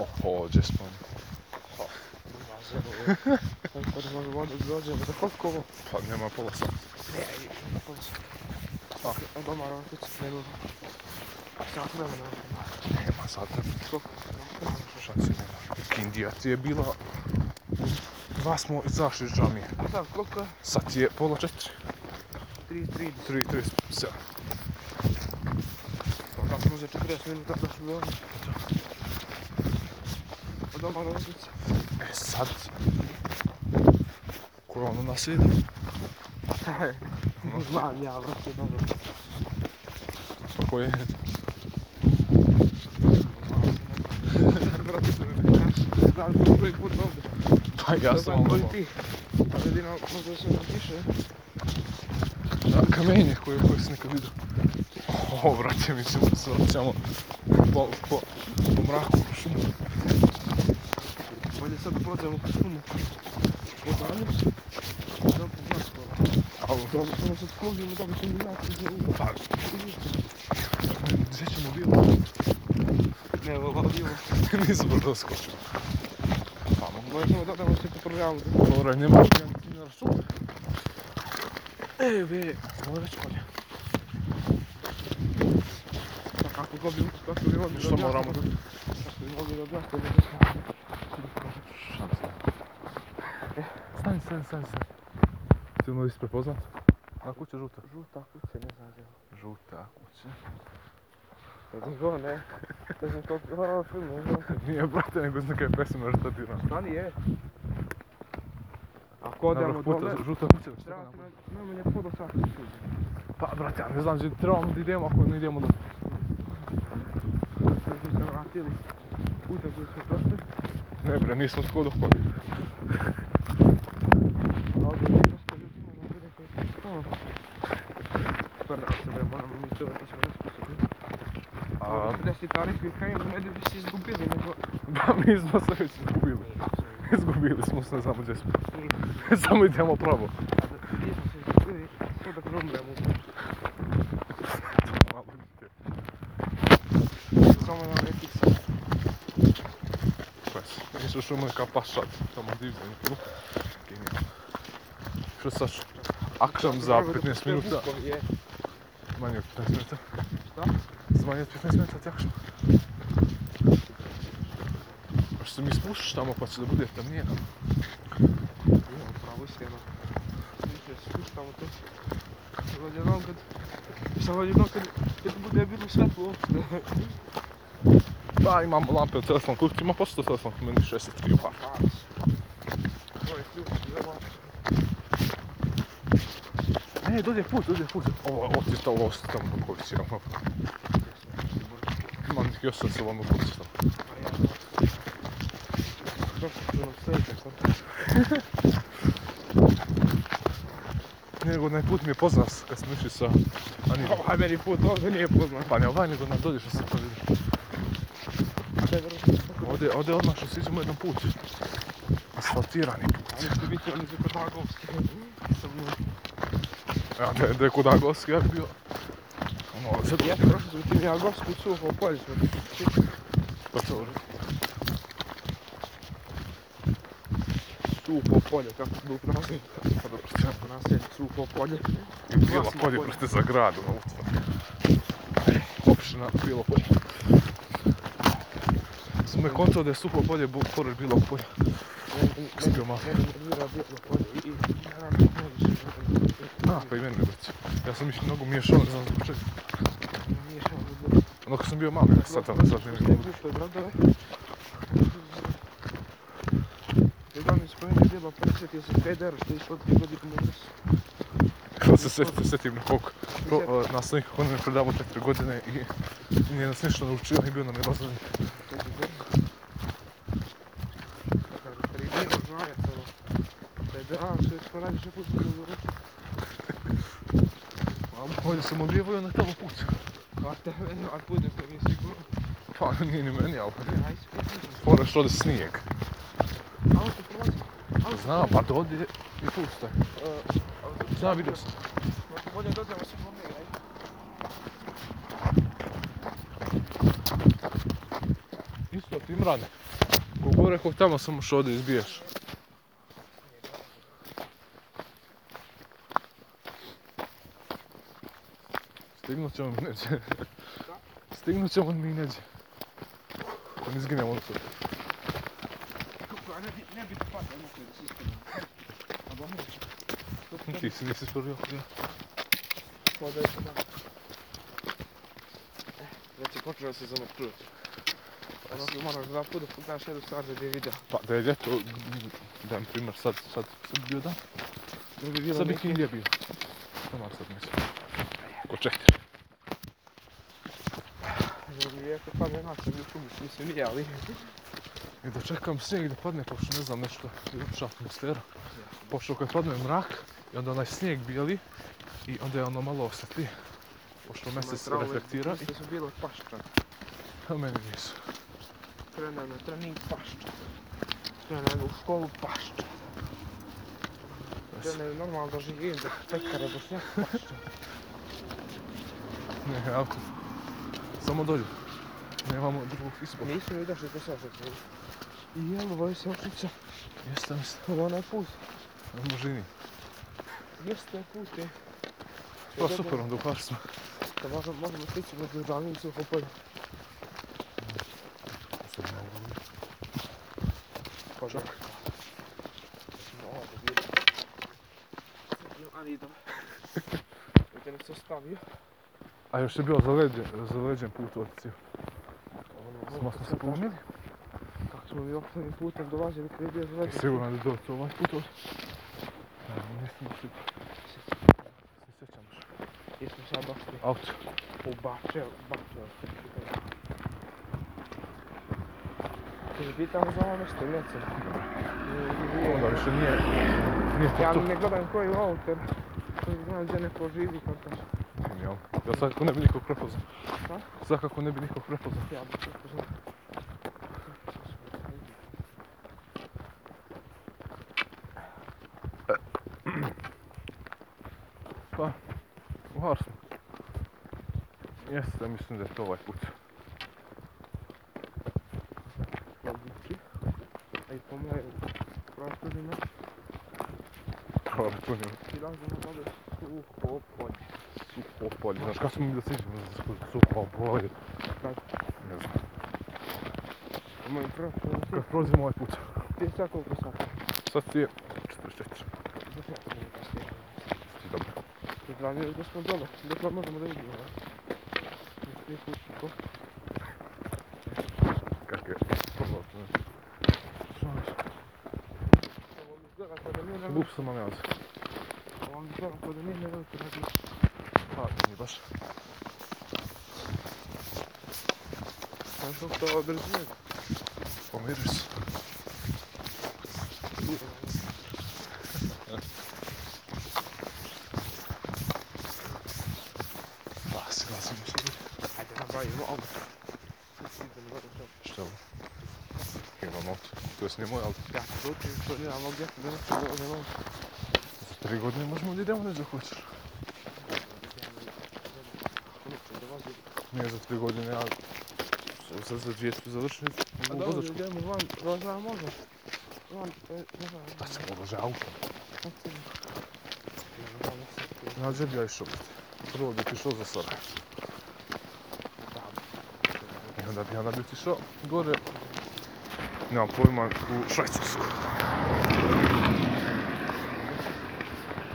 O, ovdje smo. Tako da možemo onda dođemo za Kosovo. Pa nema pola sata. Na Kosovo. A doma ono kući krenuo. Sat vremena. Nema sata. Koliko? Šanse nema. Indija ti je bila... Dva smo izašli iz džamije. A tam koliko je? Sad je pola četiri. 3.30. Tri, tri, sedam. Pa smo za 40 minuta došli do ovdje. A doma ono kući. E sad... Korona nas ide. Šta je? Znam ja, vrati dobro. Tako Pa je. Vrati se mi ne kaš. Znam da sam prvi put ovdje. Pa ja sam vam Ti. Pa jedino možda se mi tiše. Da, kamenje koje, koje sam nekad vidio. O, vrate, mi ćemo se vraćamo po, po, po mraku, po šumu. Bolje sad da prođemo kroz šumu. Odavljamo se. Dobro, znaš kola. Al, Dobro, samo se skložimo, dobro ćemo naći za uvo. pa, gdje ćemo bilo? Ne, ovo ovo. Nisam brdo skočio. Pa, mogu Možemo da damo se po programu. Dobro, nema ti na račun. E, be, Ovo je već kolje. pa kako god bi, kako bi mogli Što moramo? Kako bi mogli da objasnimo. Stani, stani, stani, stani. Ti ono ispred poznat? A kuća žuta. Žuta kuća, ne znam gdje. Žuta kuća. Da ti go, ne. Ne znam koliko je ono film, ne znam. Nije, brate, nego znam kaj pesma retatirana. Stani je. Ako odemo dole, Žuta kuća, šta treba nam? najmanje po do svakog suđa. Pa, brate, ja ne znam, gdje trebamo da idemo ako ne idemo do... Da smo se vratili puta koji smo prošli. Ne bre, nismo skoro do kod. A ovdje je dosta ljudi, ima ovdje koji su stalo. Prda se bre, moramo mi čuvati smo raspisati. A, 40 tarifnih krajeva, ne da bi se izgubili, nego... da, mi smo se već izgubili. Izgubili smo se, ne znamo gdje smo. Samo idemo pravo. Gdje smo se izgubili, to da grumljamo. Malo gdje. Samo na nekih sad. Pes. Išao šume ka pašat. Tamo divno. Luka. Genijalno. Što sad? Akšam za 15 minuta. Je, Manje od 15 minuta. šta? Za manje od 15 minuta ti akšam. A što se mi spušiš tamo pa će da bude tamnije? Imam pravo sjeno. Više spuštamo to. Sad odjednom kad... Sad odjednom kad... Kad bude bilo svetlo uopšte. Pa imam lampe od telefon kući, ima posto telefon, meni pa. 60 kg par. Ovo je ključ, idemo. Ne, dođe put, dođe put. Ovo, ovo ti je to ovo tamo do koji si imam. Imam neki još sa sobom u kući tamo. Došli su nam sljedeće sad. Nego onaj put mi je poznat kad smo išli sa Anijom. Ovaj meni put ovdje nije poznat. Pa ne ovaj, nego na dođeš na sad to vidim. Sve vrlo. Ovdje, ovdje odmah što siđemo jedan put. Asfaltirani. Ali će biti oni za Kotagovski. Sa mnom. Ja, da je, da je kod Agoski, ja bi bio... Ono, sad Ja je. sam prošao sam tim ja gorsku suho poljsku. Pa to je. Suho polje, kako se duk naziv. Pa dobro, ti Kako naselje, suho polje. I bilo Vlasno polje, polje. prste za grad, ono, utvar. Opština, bilo polje. Sam me kontao da je suho polje, bu- pored bilo polje. Sam bio malo. Mene nervira bilo polje i... i naravno, možeš, A, pa i meni ne brać. Ja sam ih mnogo miješao, ne znam zbog čega. Nije šao da bude. Ono kad sam bio mali, sad tamo, sad ne Ne vidim. gušle gradove. Jedan iz kojeg je bilo presjetio se Feder, što je išlo dvije godine u nas. Kad se setim, setim koliko pro, uh, nastavnika koji nam je predavao četiri godine i i nije nas ništa naučio i bio nam je razrednik. To je dobro. Kaže, Ferdinand Zmajac, ono. Feder, a, što je što radiš, ja put sam dobro. A ovdje Pa, sam odbijevao na tamo put. A tebe, a budem te mi sigurno. Pa nije ni meni, ali Ja ispitam. fora što ovdje snijeg. Auto prolazi. Auto Znam, pa to ovdje je i tu šta. prolazi. E, auto- Znam, vidio sam. eh. Možda bolje dođemo svi po mene, ajde. brane. Kogo rekao tamo samo što ode izbiješ. Stignut ćemo mi neđe. Stignut ćemo mi neđe. Da ne izginemo od toga. Kako, a ne bi, ne bi to pato, ono koji se ispredno. A bo neće. To ti Ti si nisi stvorio. podaj se malo. Znači, počeo se zamaknuti. Ono se moraš dva puta pogledaš jednu stvar da bi je video. Pa da je ljeto, dajem primjer, sad, sad, sad bi bio dan. Da bi bilo Sad bi neki- Kindija bio. Samo sad neće. Ko četiri. Da bi "Pa jako padne nas, mi u šumi, mislim nije, ali... E, I da čekam snijeg da padne, pošto ne znam nešto, ljepša atmosfera. Pošto kad padne mrak, i onda onaj snijeg bijeli, i onda je ono malo osjetli. Pošto mjesec Traume, reflektira Mislim su bile paščan. i a meni nisu. Krenem na trening paščan. Krenem u školu paščan. Jes. Krenem normalno da živim, da pekara, da sve paščan. Ne, auto. Samo dolje. Nemamo drugog izbora. Nisam vidio što je to sve ošlica. I jel, ovo je se ošlica. Jeste, mislim. Ovo je put. Na množini. Jeste put, je. Pa super, onda u par smo. Da možemo, možemo stići na Zdravljenu i Suhopolje. Pa da. No, da vidim. Sjedio, a nije dobro. Da te ne se stavio. A još je bio zaleđen, zaleđen put otci. Ono, Samo smo se pomili. Kako smo mi opstavim putem dolazili kada je bio I zvedan. sigurno da doći ovaj put otci. Ne, nisam sigurno. Se sjećam još. Jer smo sad došli Auto. u Bače, Bače. Ti pitamo za ono ovo nešto, neće. Onda više nije, nije to Ja tu. ne gledam koji je autor. koji Znam gdje neko živi, pa kako Jel? Ja sad kako ne bi nikog prepoznao. Šta? Sad kako ne bi nikog prepoznao. Ja bi to poznao. U Harsu. Jeste, mislim da je to ovaj put. Logički. A i po moje prostorima Prava tu nije ti razimo dobro suho polje. suho polje. Znaš kako smo Znaczy, mi da siđemo za sku- suho polje? Kako? Ne znam. Po mojim prostorima ti Kad prođemo ovaj put, ti je sad koliko sati? sad ti je 44. Za sat minuta ste. Ti dobro. Zdravljaju da smo dole, dakle možemo da vidimo. ne? Jesi ti kući ko? Kako je? Prvo, ne. Što je? Ovo mi izgleda kao da nije na Glup sam vam jaz. Ovo mi izgleda kao da nije na velike razlike. Pa, nije baš. Sam sam to brzine. Pomiriš se. Pa, sigurno sam Ajde nabavimo ovo. Idemo dobro to. Šta je ovo? Imam auto. To je snimao, ali Ja ću to učin, to nije analog, ja ću da nešto da nemam. za tri godine možemo da idemo neđe hoćeš. Ono ću da vazim. Nije za tri godine, ja... Sad za dvije ću završiti A u Pa dobro, vozačku. idemo van, roza može. Van, e, ne znam, Pa se polože auto. kako se... Nađe bi ja išao. Prvo bi išao za Sarajevo. I onda bi, onda bi otišao gore. Nemam pojma, u Švajcarsku.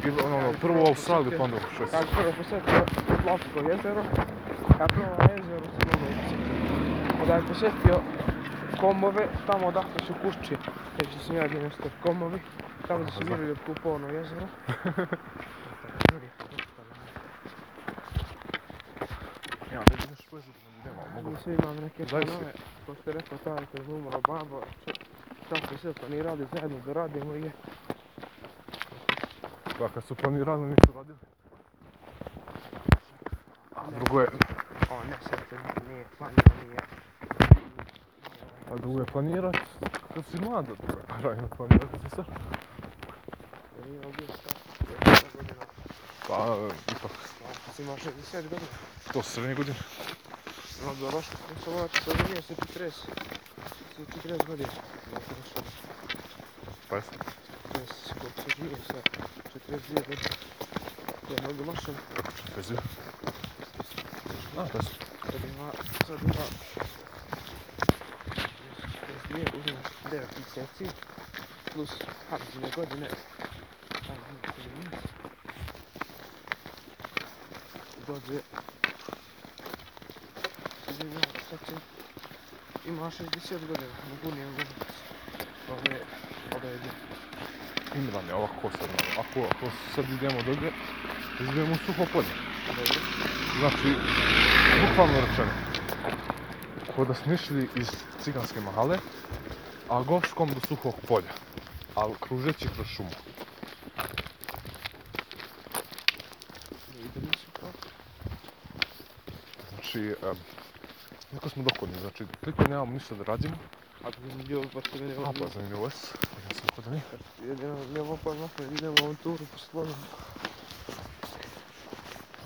Bilo ono, ono, prvo u Australiju, pa onda u Kad Švajcarsku. prvo posjetio Plopsko jezero, ja prvo na jezeru se mogu posjetiti. Onda je posjetio komove, tamo odakle su kuće. Reći sam ja gdje nešto komovi, tamo gdje su Znam. bili od Kupono jezero. Ja, da ideš pojzu, nema, mogu. Mi svi imam neke Zavisno. planove, ko ste rekao taj kad je umro baba, šta smo sve planirali zajedno da radimo i je. Pa kad su planirali, nisu radili. A drugo je, O ne, sve to nije planirano, nije. a drugo je planirat kad si mlada, drugo je parajno planirat kad si sad. Nije ovdje šta, 60 godina. Pa, e, ipak, Ti imaš 60 godina. to su srednje godine. No, doroško funkcionovat, to nije se potres. Si u 40 godina. Ja sam došao, Pa jesam. ja sam koliko sam živio sa 42 godine. Ja mogu mašom, Kaži. A, pa jesam. sad ima, sad ima 42 uzim 9 mjeseci, plus hamzine godine. Ajde, ne, to je minus. Dođe, sad ima, sad će, ima 60 godina, mogu nije godina. Ovo je, ovo je djel. Ima nam je ovako ko sad, malo. ako, ako sad idemo dolje, izbijemo u suho polje. Dobro. Znači, bukvalno rečeno, ko da smo išli iz ciganske mahale, a goškom do suhog polja, ali kružeći kroz šumu. Ne idemo se kao. Znači, um, neko smo dokodni, znači, klike nemamo ništa da radimo, A to mi bio baš mene a pa ovo. zanimljivo je, ja sam kodani. Ja nemam, nemam pojma, ne idemo u avanturu po slonu.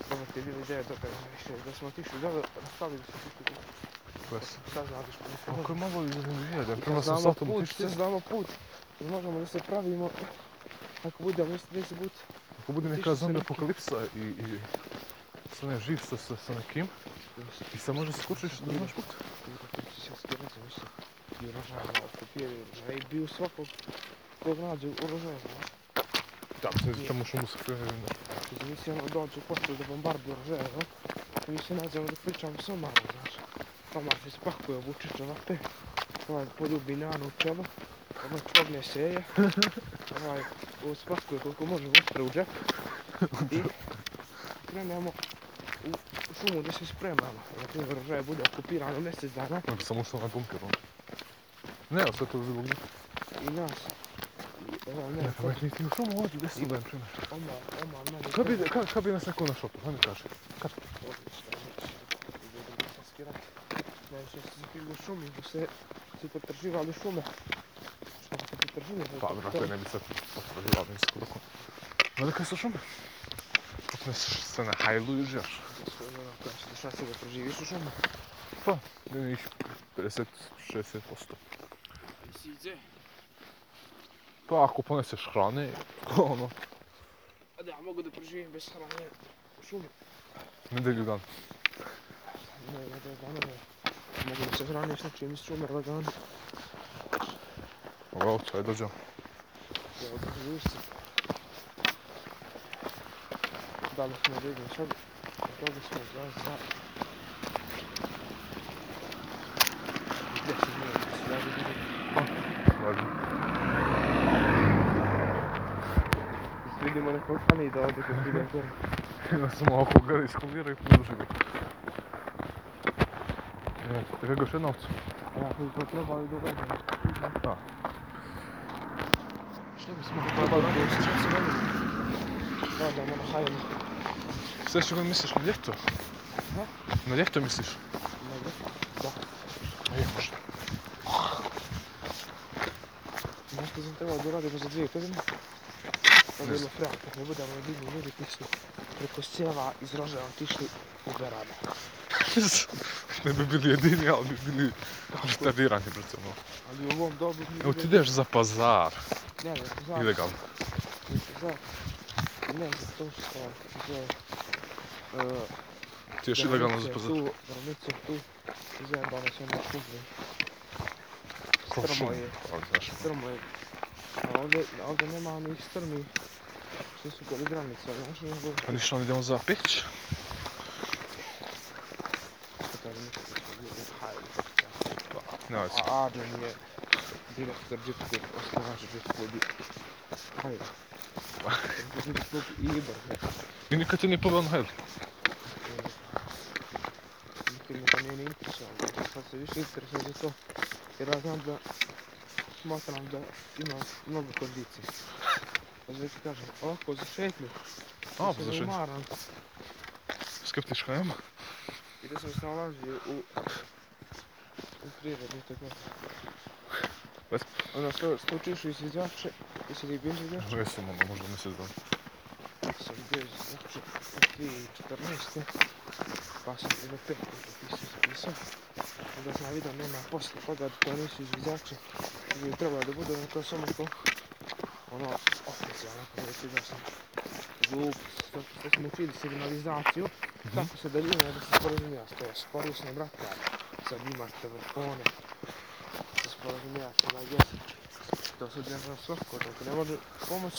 Samo ti je bila ideja da kada više, da smo otišli dole, nastavili smo što tu. Ples. Sad znaš po Ako je malo izanimljivije, da je prvo Kad sam s znamo autom put, tišće. kad znamo put, kad možemo da se pravimo, ako budemo isti neće biti. Ako bude Tišće neka se zombie ruke. apokalipsa i, i sa ne živ sa, sa, sa nekim, i sad možda skučiš da znaš put. I uražajno, okupiraju, i biju svakog kog nađe uražajno, znaš. Da, se izvičamo u šumu sa krivim. Znači, mi se ono dođu počeli da bombardu Orzevo, i mi se nađemo ono da pričamo s Omarom, znaš. Omar se spakuje obuče čevape, ovaj poljubi nanu u čelo, ovaj čogne seje, ovaj ovaj spakuje koliko može vostre u džep i krenemo u u šumu da se spremamo. Na primjer, Orzevo bude okupirano mjesec dana Ja bi sam ušao na bunker onda. Ne, ali sve to bi bilo glupo. i nas. I, ono, ne, Ne, pa ne, ti u šumu odi, gdje sam da im primjer. Omar, Omar, meni... Kad bi, kad, kad bi nas neko našao pa tu, hajde kaži. Kad? Odlično, odlično. Idemo na maskirat. Najviše se zakrili u šumi, da se se potraživali šume. Šta bi se potražili? Pa, brate, ne bi sad potražila nisku dok. Gledaj kaj sa šume. Popneseš se na hajlu i uživaš. Šta ono, se da preživiš u šumi? Ne, ne, ih 50-60%. Siđe. Pa ako poneseš hrane, ono, A da, mogu da preživim bez hrane u šumi. nedelju dan. Ne, ne, ne, ne, ne. Mogu da se hranim s nečim iz šume, lagano. Ovo, čaj dođem. Ja odreživim se. Da li smo vidjeli sad? Da li smo za za... Gdje se mi je? Ja vidim. Važi. Vidimo nekog kanida ovdje kad vidim gore. Ja sam oko ga iskulirao i poduži ga. E, Čekaj ga još jedna ovca. Ja koji to trebali da uvedem. Da. Što bismo ga trebali da uvedem? Šta se veli? Da, da, moram hajemo. Sve što god misliš na ljeto? Aha. Na ljeto misliš? Nego? Da. Ej, možda. Znaš što sam trebao da uradimo za dvije godine? Da Ne bi bilo frak, da ne budemo divni ljudi koji su preko sjeva iz Roževa otišli u Berana. ne bi bili jedini, ali bi bili retardirani, brate, ono. Ali u ovom dobu... mi Evo ti idemo- ideš za pazar, Ne, ne, znam. ilegalno. Za, ne, zato što za, e, Ti ješ za ilegalno mice za pazar. Tu, granice tu, zajebano se na šuplje. Kao Strmo šum, je, ali znaš. strmo je. A ovdje, a ovdje nema onih strmi, što su kod granica, znaš, nego Pa ništa, onda idemo za peć. što kaže nekako što je hajli. Ne, ne, A Adrian je direktor Jeep Club, osnovač Jeep Club i... Hajli. Jeep Club i Ibar, nekako. I nikad ti nije pobao na hajlu. Nikad me to nije ni interesovalo, sad se više interesujem za to, jer ja znam da smatram da imam mnogo kondicije. Pa znači ti kažem, ovako za šetnju, A, da pa se ne zašto? umaram Skeptička jama. i da sam snalazio u, u prirodi, tako. Bez- Ono, sto, slučiš u izviđače, jesi li bio izviđač? Možda jesam, onda možda mjesec dana. Sam bio izviđač u 2014. Pa sam i na pet, napisao, napisao. da sam vidio nema posle toga da to nisu izvizači koji treba da budu, ono to je samo to ono oprezio, onako reći da sam glup, što, što smo učili signalizaciju, Mhm. kako se daljina da se sporazumiješ, to je sporazumno brate, ali sad imaš telefone, se sporazumiješ, ono gdje se to sad ne znam svako, dok ne može pomoć,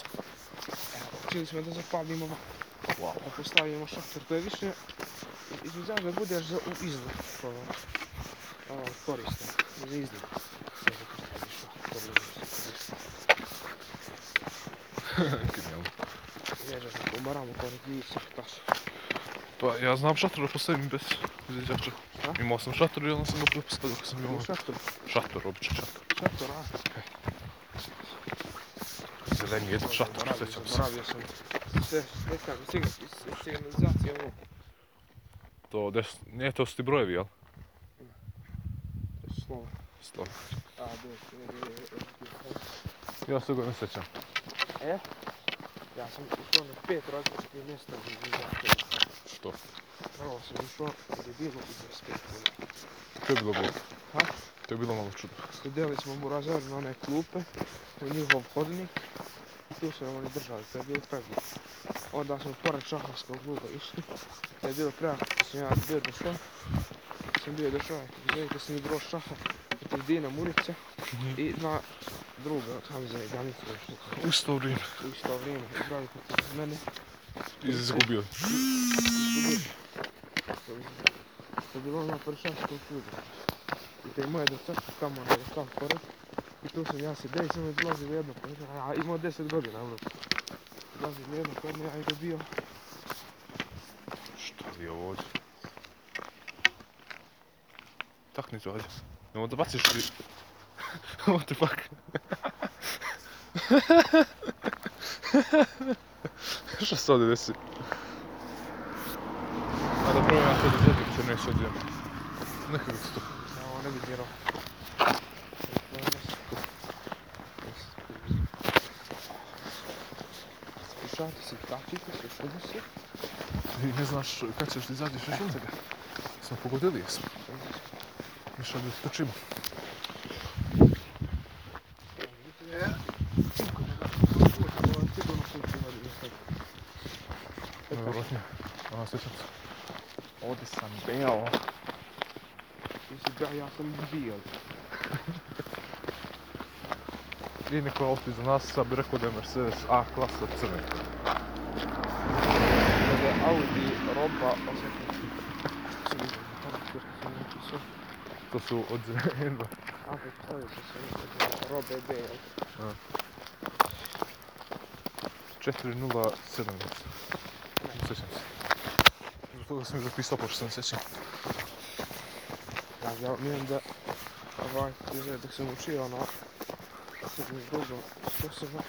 evo, učili smo da zapalimo ovako Wow. da postavimo šator koji je više izviđač da budeš za u izlog pa ono, koristan, za izlog. Ne znam kako staviš šator, dobro, Genijalno. ne znam, ne umaramo kao neki sahtaš. Pa ja znam šator da postavim bez izviđača. Šta? Imao sam šator i onda sam ga prepostavio kad sam imao Imamo šator, šator, običan šator. šator, a? Zeleni jedan šator, Zaboravio, sećam se. Zaboravio sam. Sve, ne znam, sigurno, signalizacija ovo. To desno, nije to su ti brojevi, jel? to je Slovo. Sto. A, dobro, ne, ne, ne, ne, ne. Ja se ga ne sećam. Ja sam išao na pet različitih mjesta za izviđače. Što? Prvo sam išao gdje je bilo i 25 kuna. To je bilo glupo. Ha? To je bilo malo čudno. Sudjeli smo mu razvar na one klupe, u njihov hodnik, i tu su nam oni držali, to je bilo pevno. Onda smo pored šahovskog kluba išli, to je bilo prema kako sam ja bio došao, sam bio došao, gledajte sam igrao šaha protiv Dina Murića i dva druga od Hamza i Danica U isto vrijeme. u isto vrijeme igrali protiv mene. Izgubio. izgubili. To je bilo ono pored šahovskog kluba. I te moje dočačke tamo na lokalu pored. I tu sam ja se i sam odlazio jedno kod mene, a imao 10 godina, ono. Odlazio jedno kod mene, ja i dobio. Šta li je ovo ovdje? Takni to, ajde. Nemo da baciš ti. What the fuck? Šta se ovdje desi? A dobro, ja to da zadnjeg se neće odvijem. Nekako se to. Ja ovo ne bi djerao. Slušajte se, kačite se, šumu se. Ti ne znaš kad ćeš ti zadnjiš još od tebe. Smo pogodili, jesmo. Mi šta da trčimo. Ovo je sigurno slučaj, ali ne sad. Najvjerojatnije. A, sjećam se. Ovdje sam Mislim, da, ja sam bio. I neko je auto iza nas, sad bi rekao da je Mercedes A klasa crni. Kada je Audi roba osjetnici. Sigurno, tamo što sam napisao. To su od Enva. Ako stavio sam se nekada robe B, jel? 407. Sjećam se. Zbog toga sam i zapisao, pošto sam sjećam. Da, ja mijem da ovaj, izgleda dok sam učio ono, sad mi zbogao s Kosova,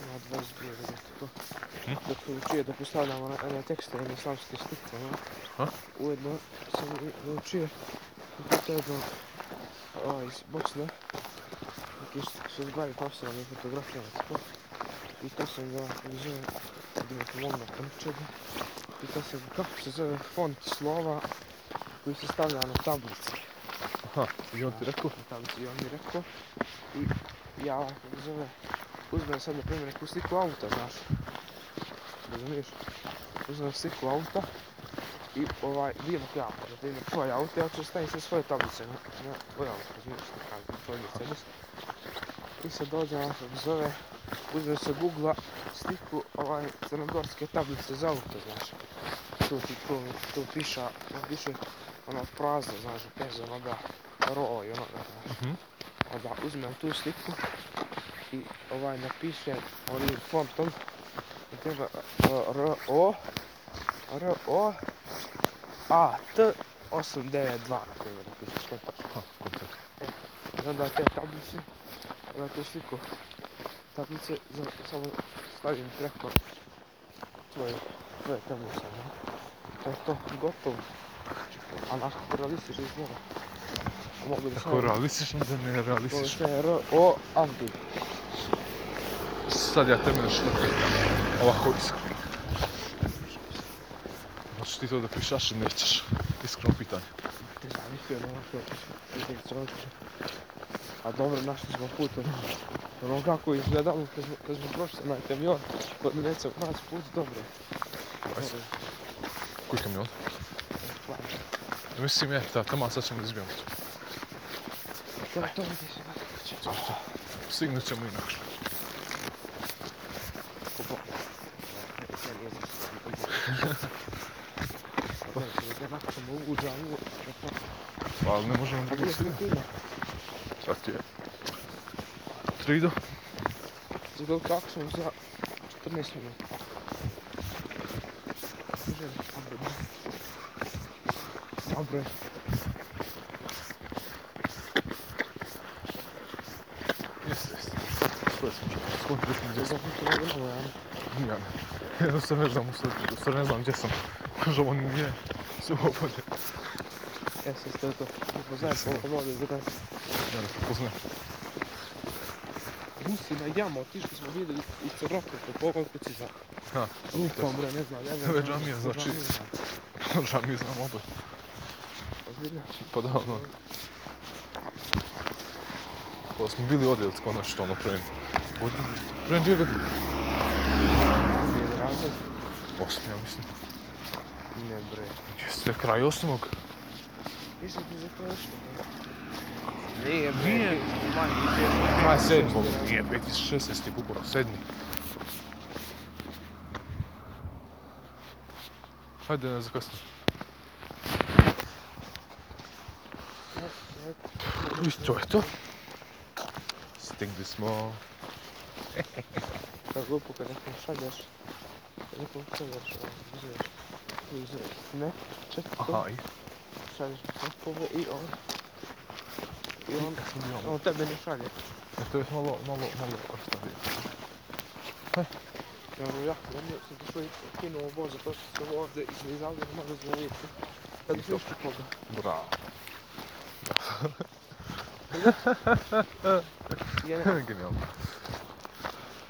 na 22 da je to. Dok sam učio da postavljam one, one tekste i islamske slike, ono. Ha? Ujedno sam i naučio kako to jedno, ovaj, iz Bosne, neki su se zbavi postavljam i fotografijama, tako. I to sam ga uzeo, da mi pomogla pričega. I to sam, kako se zove, font slova koji se stavlja na tablici. Aha, i on ti rekao? Tamo si on mi rekao i ja ovako me zove, uzmem sad na primjer neku sliku auta, znaš. Razumiješ? Uzmem sliku auta i ovaj, bilo kao, na primjer tvoj auto, ja ću staviti sve svoje tablice na, na tvoj auto, razumiješ što kažem, tvoj Mercedes. I sad dođe ono kako zove, uzmem se googla sliku ovaj crnogorske tablice za auto, znaš. Tu ti tu, tu piše, piše ono prazno, znaš, bez onoga roj, ono, znaš Mhm. onda uzmem tu sliku i ovaj napišem ovim fontom i treba R O R O A T 892 na primjer napišeš to Aha, kontakt. i onda te tablice onda tu sliku tablice za, samo stavim preko tvoje tvoje tablice no? to je to gotovo a naš realistiš izgleda A mogu da Tako stavim- realistično da ne to je realistično. sve R O Audi Sad ja tebe nešto pitam. Ovako iskreno. Znači ti to da pišaš ili nećeš? Iskreno pitanje. Te znam, mislio da našao nekog strančića. A dobro, našli smo putem. Ono kako izgledalo kad smo, kad smo prošli na pa kamion, podnecao nas put, dobro. Nice. Dobro, Koji kamion? plan. Mislim je, ta, tamo sad ćemo izbijemo. To je to gdje se nakuće. Stignut ćemo inače. Pa, Ali ne možemo dugo stignut. Sad ti je. 3 do. Zbog kako sam za 14 minut. Dobro je. Jeste, jeste. Sve smo čuli. Skontili smo gdje smo. Dobro je. Ja ne. Jednostavno ne znam, u stvari- u stvari ne znam gdje sam. Kaže, ovo nije. Sve ovo bolje. Ja sam sve E, to. Upoznajem Mislim. koliko vode za nas. Ja ne prepoznajem. Rusi na jamu, otišli smo vidjeli iz Crnoke po pogonkuci za Ha, Lupom, bre, ne znam, ja ne Ove znam. džamije, znači- žao mi znam oba. Ozbiljno. Pa da, ono. Pa smo bili odjeli konačno, ono, prem. Prem dvije godine. Nije razlog. Osmi, ja mislim. Ne, bre. Jeste, kraj osmog. Nisam ti za to nešto. Nije, bre. Nije. Manje, Kraj sedmog. Nije, 2016. kukuro, sedmi. Hajde, ne zakasnimo. I to je to. Stigli smo. Kako glupo kad nekom šalješ. Kad nekom šalješ, ono, uzmeš. Tu uzmeš. Ne, četko. Aha, i Šalješ mu popovo i on. I on, kad smo bio ono. on tebe ne šalje. E, to je malo, malo, malo, šta bi. Ja ono jako, ja mi sam došao i kinuo voza, to što sam ovdje i iz Alde ne mogu zvoliti. Kad I su išli koga. Bravo. Ja ne, Genijalno.